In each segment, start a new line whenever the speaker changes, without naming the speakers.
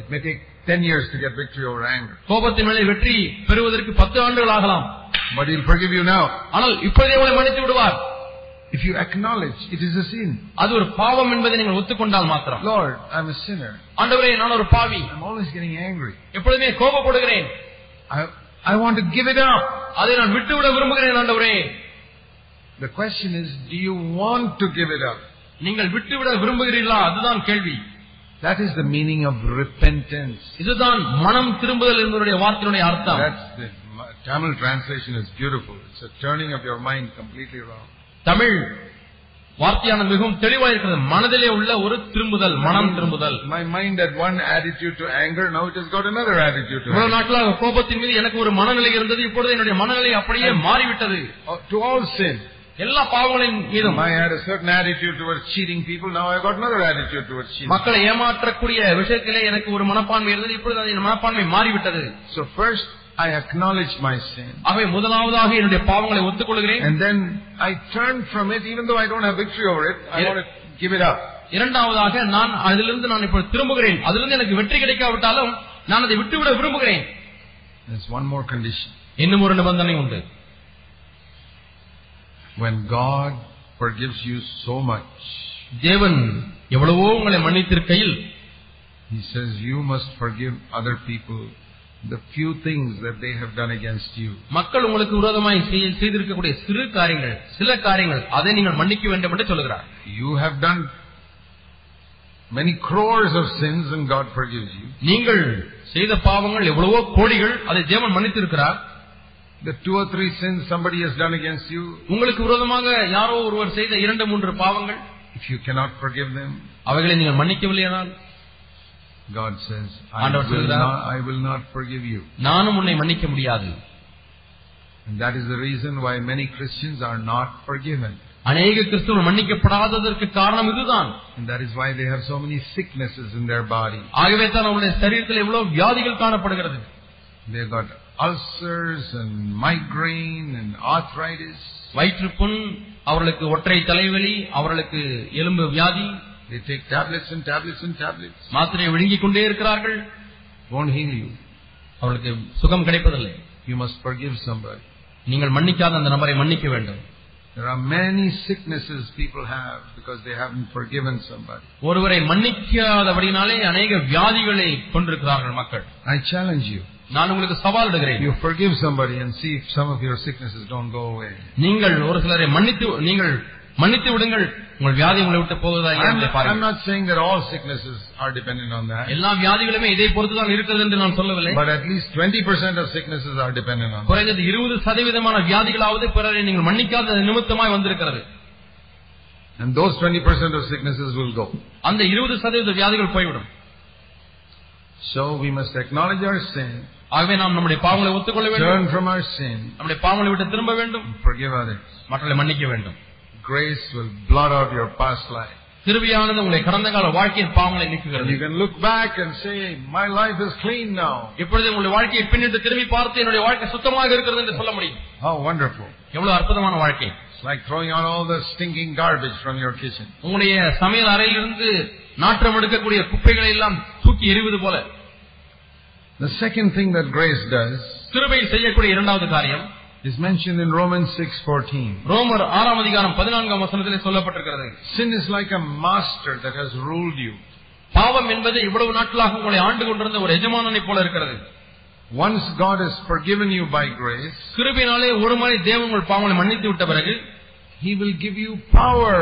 It may take 10 years to get victory over anger.
கோபத்தின் மேலே வெற்றி பெறுவதற்கு பத்து ஆண்டுகள் ஆகலாம்
But He'll forgive you now.
ஆனால் இப்பொழுதே உங்களை மன்னித்து விடுவார்
If you acknowledge it is a sin.
அது ஒரு பாவம் என்பதை நீங்கள் ஒத்துக்கொண்டால் மாத்திரம்
Lord, I'm a sinner.
ஆண்டவரே நான் ஒரு பாவி
I'm always getting angry.
எப்பொழுதுமே கோபப்படுகிறேன்
I, I want to give it up.
அதை நான் விட்டுவிட விரும்புகிறேன் ஆண்டவரே
The question is, do you want to give it up?
நீங்கள் விட்டுவிட விரும்புகிறீர்களா அதுதான் கேள்வி
That is the meaning of repentance.
இதுதான் மனம் திரும்புதல் என்பதுடைய வார்த்தையினுடைய அர்த்தம்
That's the my Tamil translation is beautiful. It's a turning of your mind completely wrong.
Tamil வார்த்தையானது மிகவும் தெளிவா இருக்கிறது மனதிலே உள்ள ஒரு திரும்புதல் மனம் திரும்புதல்
My mind had one attitude to anger, now it has got another attitude to
இவ்வளவு
anger.
நாட்களாக கோபத்தின் மீது எனக்கு ஒரு மனநிலை இருந்தது இப்பொழுது என்னுடைய மனநிலை அப்படியே மாறிவிட்டது
Oh, To all sin.
எல்லா பாவங்களின் மீதும்
I had a certain attitude towards cheating people, now I've got another attitude towards cheating.
மக்களை ஏமாற்றக்கூடிய விஷயத்திலே எனக்கு ஒரு மனப்பான்மை இருந்தது இப்பொழுது அது என் மனப்பான்மை மாறிவிட்டது
So first, I acknowledge my sin.
ஆகவே முதலாவதாக என்னுடைய பாவங்களை ஒத்துக்கொள்கிறேன்
And then I turn from it, even though I don't have victory over it, I
Yeah.
want to give it up.
இரண்டாவதாக நான் அதிலிருந்து நான் இப்பொழுது திரும்புகிறேன் அதிலிருந்து எனக்கு வெற்றி கிடைக்காவிட்டாலும் நான் அதை விட்டுவிட விரும்புகிறேன்
There's one more condition.
இன்னும் ஒரு நிபந்தனை உண்டு
When God forgives you so much,
தேவன் எவ்வளவோ உங்களை மன்னித்திருக்கையில்
He says you must forgive other people the few things that they have done against you.
மக்கள் உங்களுக்கு விரோதமாய் செய்- செய்திருக்கக்கூடிய சிறு காரியங்கள் சில காரியங்கள் அதை நீங்கள் மன்னிக்க வேண்டும் என்று சொல்லுகிறார்
You have done many crores of sins and God forgives you.
நீங்கள் செய்த பாவங்கள் எவ்வளவோ கோடிகள் அதை தேவன் மன்னித்திருக்கிறார்
The two or three sins somebody has done against you,
உங்களுக்கு விரோதமாக யாரோ ஒருவர் செய்த இரண்டு மூன்று பாவங்கள்
if you cannot forgive them,
அவைகளை நீங்கள் மன்னிக்கவில்லையானால்
God says, I
ஆண்டவர்
will,
சொல்கிறார்.
not, I will not forgive you.
நானும் உன்னை மன்னிக்க முடியாது
And that is the reason why many Christians are not forgiven.
அநேக கிறிஸ்துவர்கள் மன்னிக்கப்படாததற்கு காரணம் இதுதான்
And that is why they have so many sicknesses in their body.
ஆகவே தான் அவருடைய சரீரத்தில் எவ்வளவு வியாதிகள் காணப்படுகிறது
They've got ulcers and migraine and arthritis.
வயிற்றுப்புண் அவர்களுக்கு ஒற்றை தலைவலி அவர்களுக்கு எலும்பு வியாதி
They take tablets and tablets and tablets.
மாத்திரை விழுங்கிக் கொண்டே இருக்கிறார்கள்
Won't heal you.
அவர்களுக்கு சுகம் கிடைப்பதில்லை
You must forgive somebody.
நீங்கள் மன்னிக்காத அந்த நபரை மன்னிக்க வேண்டும்
There are many sicknesses people have because they haven't forgiven somebody.
ஒருவரை மன்னிக்காதபடினாலே அநேக வியாதிகளை கொண்டிருக்கிறார்கள் மக்கள்
I challenge you.
நான் உங்களுக்கு சவால் இடுகிறேன்
You forgive somebody and see if some of your sicknesses don't go away.
நீங்கள் ஒரு சிலரை மன்னித்து நீங்கள் மன்னித்து விடுங்கள் உங்கள் வியாதி உங்களை விட்டு போகுதா இல்லையா
I'm,
என்பதை
I'm
பாருங்கள்
not saying that all sicknesses are dependent on that.
எல்லா வியாதிகளுமே இதை பொறுத்து தான் இருக்கிறது என்று நான் சொல்லவில்லை
But at least 20% of sicknesses are dependent on that.
குறைந்தது இருபது சதவீதமான வியாதிகளாவது பிறரை நீங்கள் மன்னிக்காத நிமித்தமாய் வந்திருக்கிறது
And those 20% of sicknesses will go.
அந்த இருபது சதவீத வியாதிகள் போய்விடும்
So we must acknowledge our sin,
ஆகவே நாம் நம்முடைய பாவங்களை ஒத்துக்கொள்ள வேண்டும்
turn from our sin,
நம்முடைய பாவங்களை விட்டு திரும்ப வேண்டும்
and forgive others.
மற்றவர்களை மன்னிக்க வேண்டும்
Grace will blot out your past life.
திருவியானது உங்களை கடந்த கால வாழ்க்கையின் பாவங்களை
And
நீக்குகிறது
you can look back and say, my life is clean now.
இப்பொழுது உங்களுடைய வாழ்க்கையை பின்னிட்டு திரும்பி பார்த்து என்னுடைய வாழ்க்கை சுத்தமாக இருக்கிறது என்று சொல்ல முடியும்
How wonderful.
எவ்வளவு அற்புதமான வாழ்க்கை
It's like throwing out all the stinking garbage from your kitchen.
உங்களுடைய சமையல் அறையிலிருந்து நாற்றம் எடுக்கக்கூடிய குப்பைகளை எல்லாம் தூக்கி எறிவது போல
The second thing that grace does
திருவையில் செய்யக்கூடிய இரண்டாவது காரியம்
is mentioned in Romans 6:14.
ரோமர் ஆறாம் அதிகாரம் பதினான்காம் வசனத்திலே சொல்லப்பட்டிருக்கிறது
Sin is like a master that has ruled you.
பாவம் என்பது இவ்வளவு நாட்களாக உங்களை ஆண்டு கொண்டிருந்த ஒரு எஜமானனை போல இருக்கிறது
Once God has forgiven you by grace,
கிருபினாலே ஒருமுறை தேவன் உங்கள் பாவங்களை மன்னித்து விட்ட பிறகு
He will give you power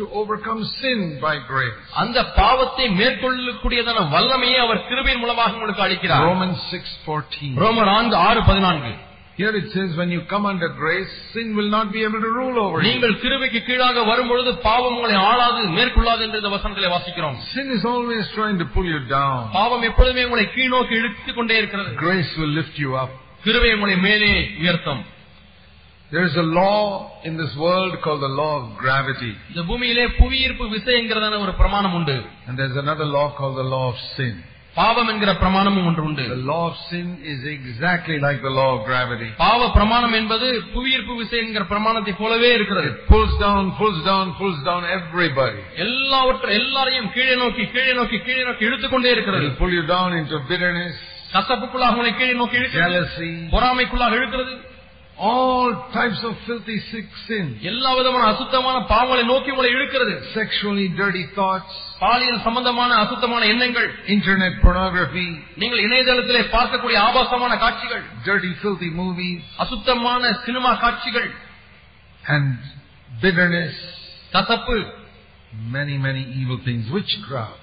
to overcome sin by grace.
அந்த பாவத்தை மேற்கொள்ளக்கூடியதான வல்லமையை அவர் கிருபையின் மூலமாக உங்களுக்கு அளிக்கிறார்
Romans 6:14.
ரோமர் நான்கு ஆறு பதினான்கு
Here it says when you come under grace, sin will not be able to rule over you.
நீங்கள் கிருபைக்கு கீழாக வரும்பொழுது பாவம் உங்களை ஆளாது மேற்கொள்ளாது என்று இந்த வசனத்திலே வாசிக்கிறோம்
Sin is always trying to pull you down.
பாவம் எப்பொழுதுமே உங்களை கீழ்நோக்கி இழுத்துக் கொண்டே இருக்கிறது
Grace will lift you up.
கிருபை உங்களை மேலே உயர்த்தும்
There is a law in this world called the law of gravity,
இந்த பூமியிலே புவியீர்ப்பு விசைங்கிறதான ஒரு பிரமாணம் உண்டு
and there's another law called the law of sin.
பாவம் என்கிற பிரமாணமும் ஒன்று உண்டு
The law of sin is exactly like the law of gravity.
பாவ பிரமாணம் என்பது புவியீர்ப்பு விசை என்கிற பிரமாணத்தை போலவே இருக்கிறது
It pulls down, pulls down, pulls down everybody.
எல்லாவற்றை எல்லாரையும் கீழே நோக்கி கீழே நோக்கி கீழே நோக்கி இழுத்துக்கொண்டே இருக்கிறது
It'll pull you down into bitterness,
கசப்புக்குள்ளாக உங்களை கீழே நோக்கி இழுக்கிறது
jealousy,
பொறாமைக்குள்ளாக இழுக்கிறது
all types of filthy sick sin,
எல்லா விதமான அசுத்தமான பாவங்களை நோக்கி உங்களை இழுக்கிறது
sexually dirty thoughts,
பாலியல் சம்பந்தமான அசுத்தமான எண்ணங்கள்
internet pornography,
நீங்கள் இணையதளத்திலே பார்க்கக்கூடிய ஆபாசமான காட்சிகள்
dirty filthy movies,
அசுத்தமான சினிமா காட்சிகள்
and bitterness,
கசப்பு
many, many evil things, witchcraft.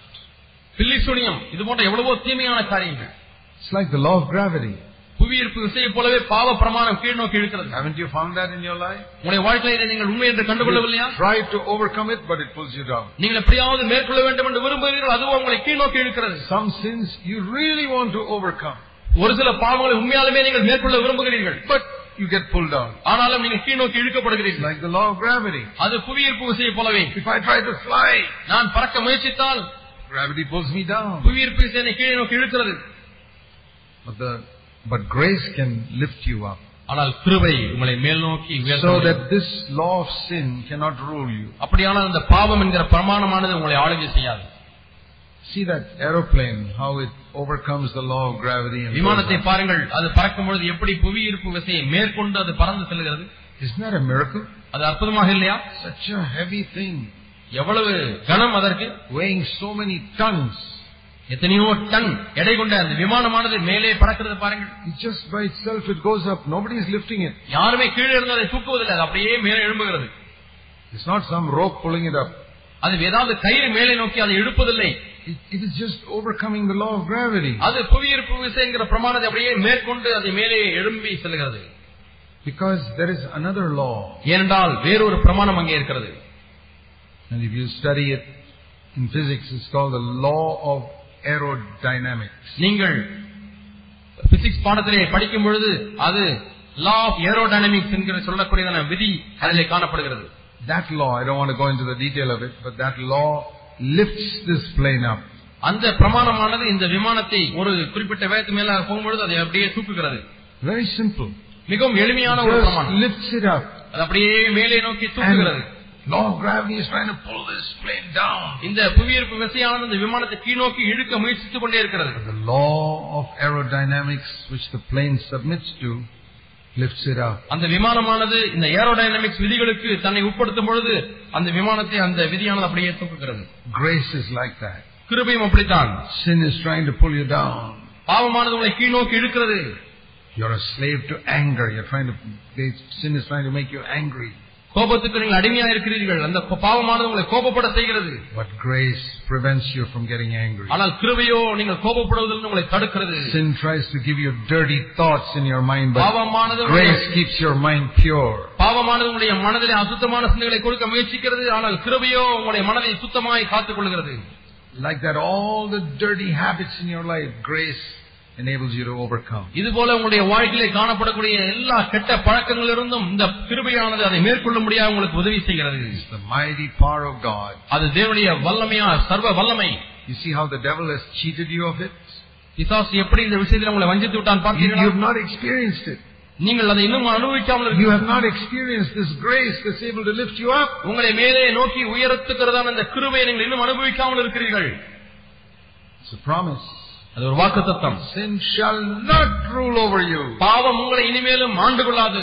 பில்லி சுனியம் இது போன்ற எவ்வளவோ தீமையான காரியங்கள்
It's like the law of gravity.
புவியீர்ப்பு விசையை போலவே பாவ பிரமாணம் கீழ் நோக்கி இழுக்கிறது
Haven't you found that in your life?
உங்களுடைய வாழ்க்கையில நீங்கள் உண்மை என்று கண்டுகொள்ளவில்லையா
Try to overcome it, but it pulls you down.
நீங்கள் எப்படியாவது மேற்கொள்ள வேண்டும் என்று விரும்புகிறீர்கள் அதுவும் உங்களை கீழ் நோக்கி இழுக்கிறது
Some sins you really want to overcome,
ஒரு சில பாவங்களை உண்மையாலுமே நீங்கள் மேற்கொள்ள விரும்புகிறீர்கள்
but you get pulled down.
ஆனாலும் நீங்கள் கீழ் நோக்கி
It's
இழுக்கப்படுகிறீர்கள்
like the law of gravity.
அது புவியீர்ப்பு விசையை போலவே
If I try to fly,
நான் பறக்க முயற்சித்தால்
gravity pulls me down.
புவியீர்ப்பு விசை என்னை கீழே நோக்கி இழுக்கிறது
But the but grace can lift you up.
ஆனால் கிருபை உங்களை மேல் நோக்கி உயர்த்த
So
முடியும்.
that this law of sin cannot rule you.
அப்படியானால் அந்த பாவம் என்கிற பிரமாணமானது உங்களை ஆளுகை செய்யாது
See that aeroplane, how it overcomes the law of gravity and
விமானத்தை
goes up.
பாருங்கள் அது பறக்கும் பொழுது எப்படி புவியீர்ப்பு விசையை மேற்கொண்டு அது பறந்து செல்கிறது
Isn't that a miracle?
அது அற்புதமாக இல்லையா
Such a heavy thing,
எவ்வளவு கனம் அதற்கு
weighing so many tons.
எத்தனையோ டன் எடை கொண்ட அந்த விமானமானது மேலே பறக்கிறது பாருங்கள்
It just by itself it goes up. Nobody is lifting it.
யாருமே கீழே இருந்து அதை தூக்குவதில்லை அது அப்படியே மேலே எழும்புகிறது
It's not some rope pulling it up.
அது ஏதாவது கயிறு மேலே நோக்கி அதை இழுப்பதில்லை
It, it is just overcoming the law of gravity.
அது புவியீர்ப்பு விசைங்கிற பிரமாணத்தை அப்படியே மேற்கொண்டு அதை மேலே எழும்பி செல்கிறது
Because there is another law.
ஏனென்றால் வேறொரு பிரமாணம் அங்கே இருக்கிறது
And if you study it in physics, it's called the law of aerodynamics.
நீங்கள் பிசிக்ஸ் பாடத்திலே படிக்கும் பொழுது அது லா ஆஃப் ஏரோடைனமிக்ஸ் என்கிற சொல்லக்கூடியதான விதி அதிலே காணப்படுகிறது
That law, I don't want to go into the detail of it, but that law lifts this plane up.
அந்த பிரமாணமானது இந்த விமானத்தை ஒரு குறிப்பிட்ட வேகத்து மேல போகும்பொழுது அதை அப்படியே தூக்குகிறது
Very simple.
மிகவும் எளிமையான ஒரு
Just
பிரமாணம்
lifts it up.
அது அப்படியே மேலே நோக்கி தூக்குகிறது
And law of gravity is trying to pull this plane down.
இந்த புவியீர்ப்பு விசையானது இந்த விமானத்தை கீழ்நோக்கி இழுக்க முயற்சித்துக் கொண்டே இருக்கிறது
The law of aerodynamics, which the plane submits to, lifts it up.
அந்த விமானமானது இந்த ஏரோடைனமிக்ஸ் விதிகளுக்கு தன்னை உட்படுத்தும் பொழுது அந்த விமானத்தை அந்த விதியானது அப்படியே தூக்குகிறது
Grace is like that.
கிருபையும் அப்படித்தான்
Sin is trying to pull you down.
பாவமானது உங்களை கீழ்நோக்கி இழுக்கிறது
You're a slave to anger. You're trying to, they, sin is trying to make you angry.
கோபத்துக்கு நீங்கள் அடிமையா இருக்கிறீர்கள் அந்த கோ- பாவமானது உங்களை கோபப்பட செய்கிறது
But grace prevents you from getting angry.
ஆனால் கிருபையோ நீங்கள் கோபப்படுவதிலிருந்து உங்களை தடுக்கிறது
Sin tries to give you dirty thoughts in your mind, but
பாவமானது உங்களை-
grace keeps your mind pure.
பாவமானது உங்களுடைய மனதிலே அசுத்தமான சிந்தனைகளை கொடுக்க முயற்சிக்கிறது ஆனால் கிருபையோ உங்களுடைய மனதை சுத்தமாய் காத்துக் கொள்கிறது
Like that, all the dirty habits in your life, grace enables you to overcome.
இது போல உங்களுடைய வாழ்க்கையிலே காணப்படக்கூடிய எல்லா கெட்ட பழக்கங்களிலிருந்தும் இந்த கிருபையானது அதை மேற்கொள்ள முடியாது உங்களுக்கு உதவி செய்கிறது
It's the mighty power of God.
அது தேவனுடைய வல்லமையா சர்வ வல்லமை
You see how the devil has cheated you of it?
பிசாசு எப்படி இந்த விஷயத்தில் உங்களை வஞ்சித்து விட்டான்
You, you have
பார்த்தீர்களா
not experienced it.
நீங்கள் அதை இன்னும் அனுபவிக்காமல்
You
இருக்கிறீர்கள்
have not experienced this grace that's able to lift you up.
உங்களை மேலே நோக்கி உயர்த்துக்கிறதான அந்த கிருபையை நீங்கள் இன்னும் அனுபவிக்காமல் இருக்கிறீர்கள்
It's a promise.
அது ஒரு வாக்குத்தத்தம்
Sin shall not rule over you.
பாவம் உங்களை இனிமேலும் ஆண்டு கொள்ளாது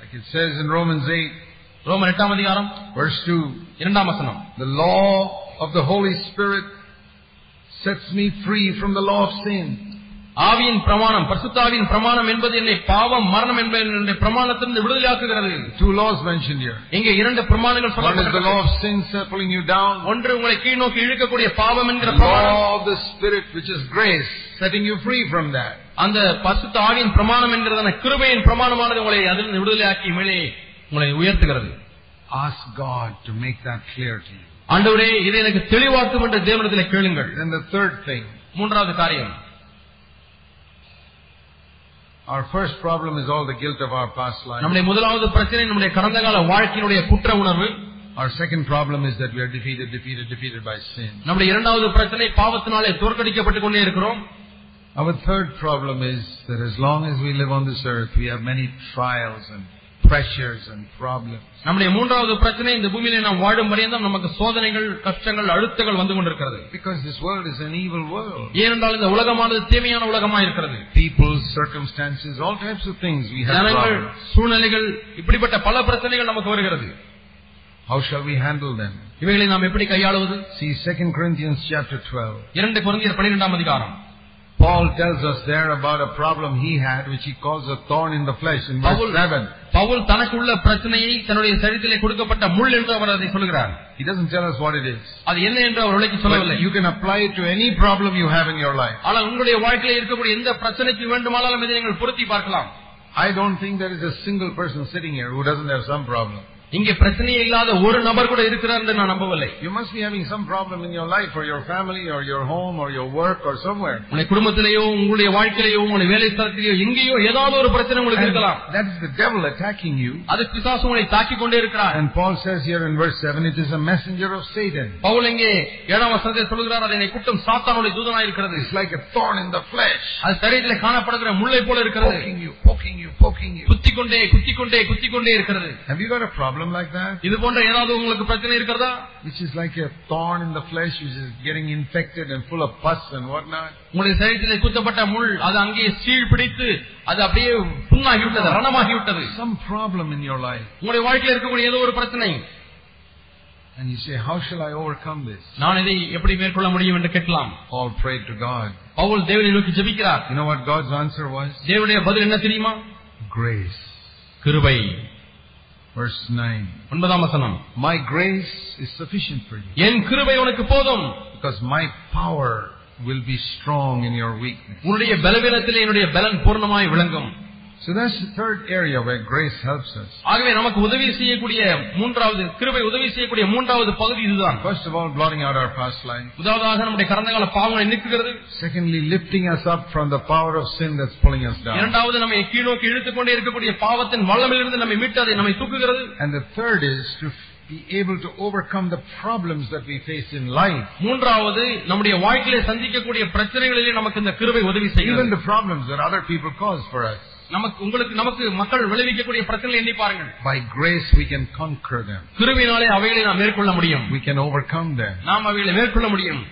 Like it says in Romans 8,
ரோமர் எட்டாம் அதிகாரம்
verse 2,
இரண்டாம் வசனம்
the law of the Holy Spirit sets me free from the law of sin.
ஆவியின் பிரமாணம் பரிசுத்தாவின் பிரமாணம் என்பது என்னை பாவம் மரணம் என்பது என்னுடைய பிரமாணத்திலிருந்து விடுதலையாக்குகிறது
Two laws mentioned here.
இங்கே இரண்டு பிரமாணங்கள்
One is the law
சொல்லப்பட்டிருக்கிறது
of sin set- pulling you down.
ஒன்று உங்களை கீழ்நோக்கி இழுக்கக்கூடிய பாவம்
The
என்கிற பிரமாணம்
law of the Spirit, which is grace, setting you free from that.
அந்த பசுத்த ஆவியின் பிரமாணம் என்கிறதான கிருபையின் பிரமாணமானது உங்களை அதிலிருந்து விடுதலையாக்கி மேலே உங்களை உயர்த்துகிறது
Ask God to make that clear to you.
ஆண்டவரே இதை எனக்கு தெளிவாக்கும் என்று தேவனத்திலே கேளுங்கள்
Then the third thing.
மூன்றாவது காரியம்
Our first problem is all the guilt of our past life.
நம்முடைய முதலாவது பிரச்சனை நம்முடைய கடந்த கால வாழ்க்கையினுடைய குற்ற உணர்வு
Our second problem is that we are defeated, defeated, defeated by sin.
நம்முடைய இரண்டாவது பிரச்சனை பாவத்தினாலே தோற்கடிக்கப்பட்டுக் கொண்டே இருக்கிறோம்
Our third problem is that as long as we live on this earth, we have many trials and pressures and problems.
நம்முடைய மூன்றாவது பிரச்சனை இந்த பூமியிலே நாம் வாழும் பரியந்தம் நமக்கு சோதனைகள் கஷ்டங்கள் அழுத்தங்கள் வந்து கொண்டிருக்கிறது
Because this world is an evil world.
ஏனென்றால் இந்த உலகமானது தீமையான உலகமா இருக்கிறது
People, circumstances, all types of things we have
ஜனங்கள்
problems.
சூழ்நிலைகள் இப்படிப்பட்ட பல பிரச்சனைகள் நமக்கு வருகிறது
How shall we handle them?
இவைகளை நாம் எப்படி கையாளுவது
See 2 Corinthians chapter 12.
இரண்டு குறைந்தர் பன்னிரெண்டாம் அதிகாரம்
Paul tells us there about a problem he had which he calls a thorn in the flesh in verse
Pavul
7.
Pavul தனக்குள்ள பிரச்சனையை தன்னுடைய சரித்திலே கொடுக்கப்பட்ட முள் என்று அவர் அதை சொல்கிறார்
He doesn't tell us what it is.
அது என்ன என்று அவர் உலகி சொல்லவில்லை
But you can apply it to any problem you have in your life.
ஆனால் உங்களுடைய வாழ்க்கையில் இருக்கக்கூடிய எந்த பிரச்சனைக்கு வேண்டுமானாலும் இதை நீங்கள் பொருத்தி பார்க்கலாம்
I don't think there is a single person sitting here who doesn't have some problem.
இங்கே பிரச்சனையே இல்லாத ஒரு நபர் கூட இருக்கிறார் என்று நான் நம்பவில்லை
You must be having some problem in your life or your family or your home or your work or somewhere.
உங்களுடைய குடும்பத்திலேயோ உங்களுடைய வாழ்க்கையிலேயோ உங்களுடைய வேலை ஸ்தலத்திலேயோ எங்கேயோ ஏதாவது ஒரு பிரச்சனை உங்களுக்கு
And
இருக்கலாம்
that is the devil attacking you.
அது பிசாசு உங்களை தாக்கிக் கொண்டே இருக்கிறார்
And Paul says here in verse 7, it is a messenger of Satan.
Pavul இங்கே ஏழாம் வசனத்தை சொல்கிறார் அது என்னை குட்டம் சாத்தானுடைய தூதனா இருக்கிறது
It's like a thorn in the flesh.
அது சரீரத்தில் காணப்படுகிற முள்ளை போல இருக்கிறது
Poking you, poking you, poking you.
குத்தி கொண்டே குத்தி கொண்டே குத்தி கொண்டே இருக்கிறது
Have you got a problem like that?
இது போன்ற ஏதாவது உங்களுக்கு பிரச்சனை இருக்கிறதா
Which is like a thorn in the flesh which is getting infected and full of pus and whatnot.
உங்களுடைய சரீரத்தில் குத்தப்பட்ட முள் அது அங்கேயே சீழ் பிடித்து அது அப்படியே புண்ணாகி விட்டது ரணமாகி விட்டது
Some problem in your life.
உங்களுடைய வாழ்க்கையில் இருக்கக்கூடிய ஏதோ ஒரு பிரச்சனை
And you say, how shall I overcome this?
நான் இதை எப்படி மேற்கொள்ள முடியும் என்று கேட்கலாம்
Paul prayed to God.
Pavul தேவனை நோக்கி ஜெபிக்கிறார்
You know what God's answer was?
தேவனுடைய பதில் என்ன தெரியுமா
Grace.
கிருபை
Verse 9.
ஒன்பதாம் வசனம்
My grace is sufficient for you
என் கிருபை உனக்கு போதும்
because my power will be strong in your weakness.
உன்னுடைய பலவீனத்திலே என்னுடைய பலன் பூர்ணமாய் விளங்கும்
So that's the third area where grace helps us.
ஆகவே நமக்கு உதவி செய்யக்கூடிய மூன்றாவது கிருபை உதவி செய்யக்கூடிய மூன்றாவது பகுதி இதுதான்
First of all, blotting out our past life.
முதலாவதாக நம்முடைய கடந்த கால பாவங்களை நீக்குகிறது
Secondly, lifting us up from the power of sin that's pulling us down.
இரண்டாவது நம்மை கீழ்நோக்கி இழுத்துக் கொண்டே இருக்கக்கூடிய பாவத்தின் வல்லமிலிருந்து நம்மை மீட்டு அதை நம்மை தூக்குகிறது
And the third is to f- be able to overcome the problems that we face in life.
மூன்றாவது நம்முடைய வாழ்க்கையில சந்திக்கக்கூடிய பிரச்சனைகளிலே நமக்கு இந்த கிருபை உதவி
Even
செய்கிறது
the problems that other people cause for us.
நமக்கு உங்களுக்கு நமக்கு மக்கள் விளைவிக்கக்கூடிய பிரச்சனைகளை எண்ணி பாருங்கள்
By grace we can conquer them.
கிருபையினாலே அவைகளை நாம் மேற்கொள்ள முடியும்
We can overcome them.
நாம் அவைகளை மேற்கொள்ள முடியும்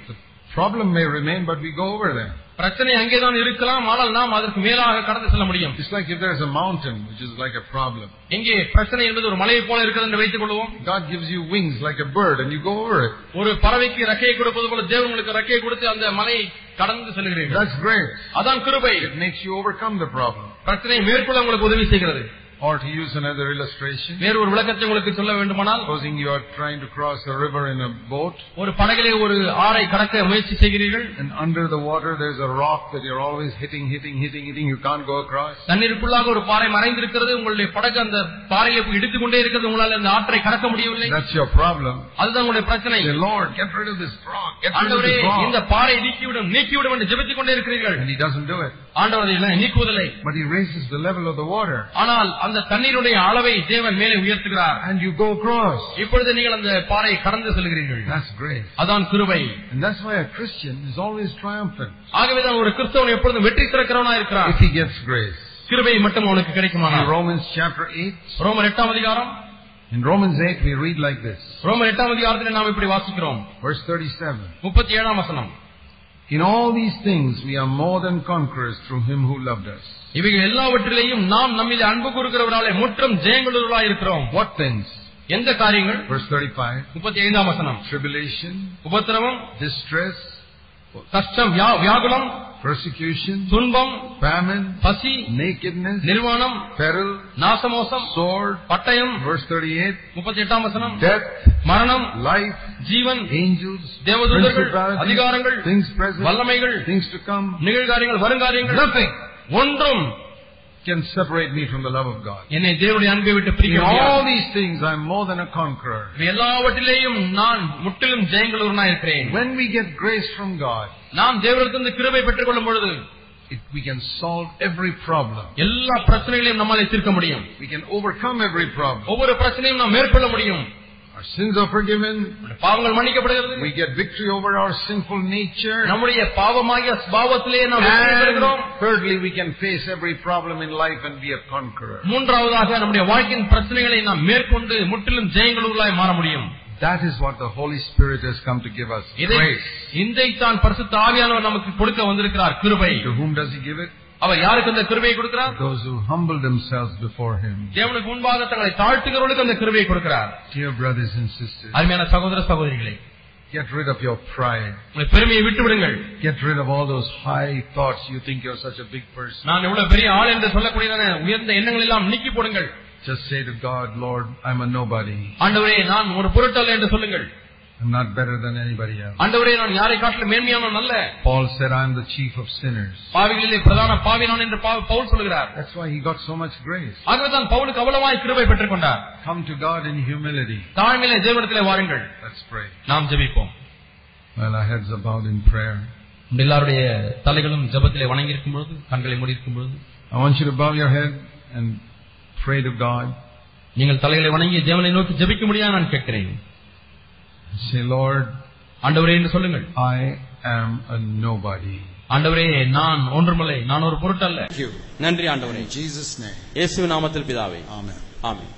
Problem may remain, but we go over them.
பிரச்சனை அங்கேதான் இருக்கலாம் ஆனால் நாம் அதற்கு மேலாக கடந்து செல்ல முடியும்
It's like if there's a mountain, which is like a problem.
எங்கே பிரச்சனை என்பது ஒரு மலையை போல இருக்கிறது என்று வைத்துக் கொள்வோம்
God gives you wings like a bird and you go over it.
ஒரு பறவைக்கு ரக்கையை கொடுப்பது போல தேவன் உங்களுக்கு ரக்கையை கொடுத்து அந்த மலையை கடந்து செல்கிறீர்கள்
That's grace.
அதான் கிருபை
It makes you overcome the problem.
பிரச்சனையை மேற்கொள்ள உங்களுக்கு உதவி செய்கிறது
Or to use another illustration,
வேறு ஒரு விளக்கத்தை உங்களுக்கு சொல்ல வேண்டுமானால்
supposing you are trying to cross a river in a boat
ஒரு படகிலே ஒரு ஆறை கடக்க முயற்சி செய்கிறீர்கள்
and under the water there's a rock that you're always hitting, hitting, hitting, hitting, you can't go across.
தண்ணீருக்குள்ளாக ஒரு பாறை மறைந்திருக்கிறது உங்களுடைய படகு அந்த பாறையை போய் இடித்துக் கொண்டே இருக்கிறது உங்களால் அந்த ஆற்றை கடக்க முடியவில்லை
That's your problem.
அதுதான் உங்களுடைய பிரச்சனை
Say, Lord, get rid of this rock, get rid of
ஆண்டவரே
this
இந்த
rock.
பாறை நீக்கிவிடும் நீக்கிவிடும் என்று ஜெபித்துக் கொண்டே இருக்கிறீர்கள்
And he doesn't do it.
ஆண்டவர் இதை நீக்குவதில்லை
But he raises the level of the water
ஆனால் அந்த தண்ணீருடைய அளவை தேவன் மேலே உயர்த்துகிறார்
and you go across.
இப்பொழுது நீங்கள் அந்த பாறையை கடந்து செல்கிறீர்கள்
That's grace.
அதான் கிருபை
And that's why a Christian is always triumphant.
ஆகவேதான் ஒரு கிறிஸ்தவன் எப்பொழுதும் வெற்றி சிறக்கிறவனா இருக்கிறான்
If he gets grace.
கிருபை மட்டும் அவனுக்கு கிடைக்குமானா
In Romans chapter 8,
ரோமர் எட்டாம் அதிகாரம்
in Romans 8 we read like this,
ரோமர் எட்டாம் அதிகாரத்தில் நாம் இப்படி வாசிக்கிறோம்
verse 37.
முப்பத்தி ஏழாம் வசனம்
In all these things we are more than conquerors through him who loved us.
இவைகள் எல்லாவற்றிலேயும் நாம் நம்மில் அன்பு கூறுகிறவர்களாலே முற்றும் ஜெயங்களுள்ளாய் இருக்கிறோம்
What things?
எந்த காரியங்கள்
Verse 35.
முப்பத்தி ஐந்தாம் வசனம்
Tribulation,
உபத்திரவம்
distress,
கஷ்டம் வியா- வியாகுலம்
persecution,
துன்பம்
famine,
பசி
nakedness,
நிர்வாணம்
peril,
நாசமோசம்
sword.
பட்டயம்
Verse 38.
முப்பத்தி எட்டாம் வசனம்
Death,
மரணம்
life,
ஜீவன்
angels,
தேவதூதர்கள்,
principalities,
அதிகாரங்கள்,
things present,
வல்லமைகள்
things to come
நிகழ்காரியங்கள் வருங்காரியங்கள்
Nothing.
ஒன்றும்
can separate me from the love of God.
என்னை தேவனுடைய அன்பை விட்டு
In
பிரிக்க
all
முடியாது.
these things I am more than a conqueror.
இவை எல்லாவற்றிலேயும் நான் முற்றிலும் ஜெயங்களூர்னா இருக்கிறேன்
When we get grace from God,
நாம் தேவனிடத்திலிருந்து கிருபை பெற்றுக் கொள்ளும் பொழுது
it, we can solve every problem.
எல்லா பிரச்சனைகளையும் நம்மால் தீர்க்க முடியும்
We can overcome every problem.
ஒவ்வொரு பிரச்சனையும் நாம் மேற்கொள்ள முடியும்
Our sins are forgiven.
நம்முடைய பாவங்கள் மன்னிக்கப்படுகிறது
We get victory over our sinful nature.
நம்முடைய பாவமாகிய பாவத்திலே நாம் வெற்றி பெறுகிறோம்
And thirdly, we can face every problem in life and be a conqueror.
மூன்றாவதாக நம்முடைய வாழ்க்கையின் பிரச்சனைகளை நாம் மேற்கொண்டு முற்றிலும் ஜெயங்களுள்ளாய் மாற முடியும்
That is what the Holy Spirit has come to give us.
இதை
Grace.
இதைத்தான் பரிசுத்த ஆவியானவர் நமக்கு கொடுக்க வந்திருக்கிறார் கிருபை
To whom does He give it?
அவர் யாருக்கு அந்த கிருபையை கொடுக்கிறார்
To Those who humble themselves before Him.
தேவனுக்கு முன்பாக தங்களை தாழ்த்துகிறவர்களுக்கு அந்த கிருபையை கொடுக்கிறார்
Dear brothers and sisters,
அருமையான சகோதர சகோதரிகளே
get rid of your pride.
உங்களுடைய பெருமையை விட்டு விடுங்கள்
Get rid of all those high thoughts. You think you're such a big person.
நான் எவ்வளவு பெரிய ஆள் என்று சொல்லக்கூடியதான உயர்ந்த எண்ணங்கள் எல்லாம் நீக்கி போடுங்கள்
Just say to God, Lord, I'm a nobody.
ஆண்டவரே நான் ஒரு பொருட்டல்ல என்று சொல்லுங்கள்
I'm not better than anybody else.
ஆண்டவரே நான் யாரை காட்டிலும் மேன்மையானவன் அல்ல
Paul said, I'm the chief of sinners.
பாவிகளிலே பிரதான பாவி நான் என்று பாவ- பவுல் சொல்கிறார்
That's why he got so much grace.
ஆகவேதான் பவுலுக்கு அவ்வளவாய் கிருபை பெற்றுக் கொண்டார்
Come to God in humility.
தாழ்மையிலே தேவனிடத்திலே வாருங்கள்
Let's pray.
நாம் ஜெபிப்போம்
While our heads are bowed in prayer.
உங்கள் எல்லாருடைய தலைகளும் ஜெபத்திலே வணங்கியிருக்கும் பொழுது கண்களை மூடியிருக்கும் பொழுது
I want you to bow your head and pray to God.
நீங்கள் தலைகளை வணங்கி தேவனை நோக்கி ஜெபிக்க முடியாது நான் கேட்கிறேன்
Say, Lord,
ஆண்டவரே என்று சொல்லுங்கள்
I am a nobody.
ஆண்டவரே நான் ஒன்றுமில்லை நான் ஒரு பொருட்டல்ல
Thank you.
நன்றி ஆண்டவரே
In Jesus' name.
இயேசு நாமத்தில் பிதாவே
Amen.
ஆமென்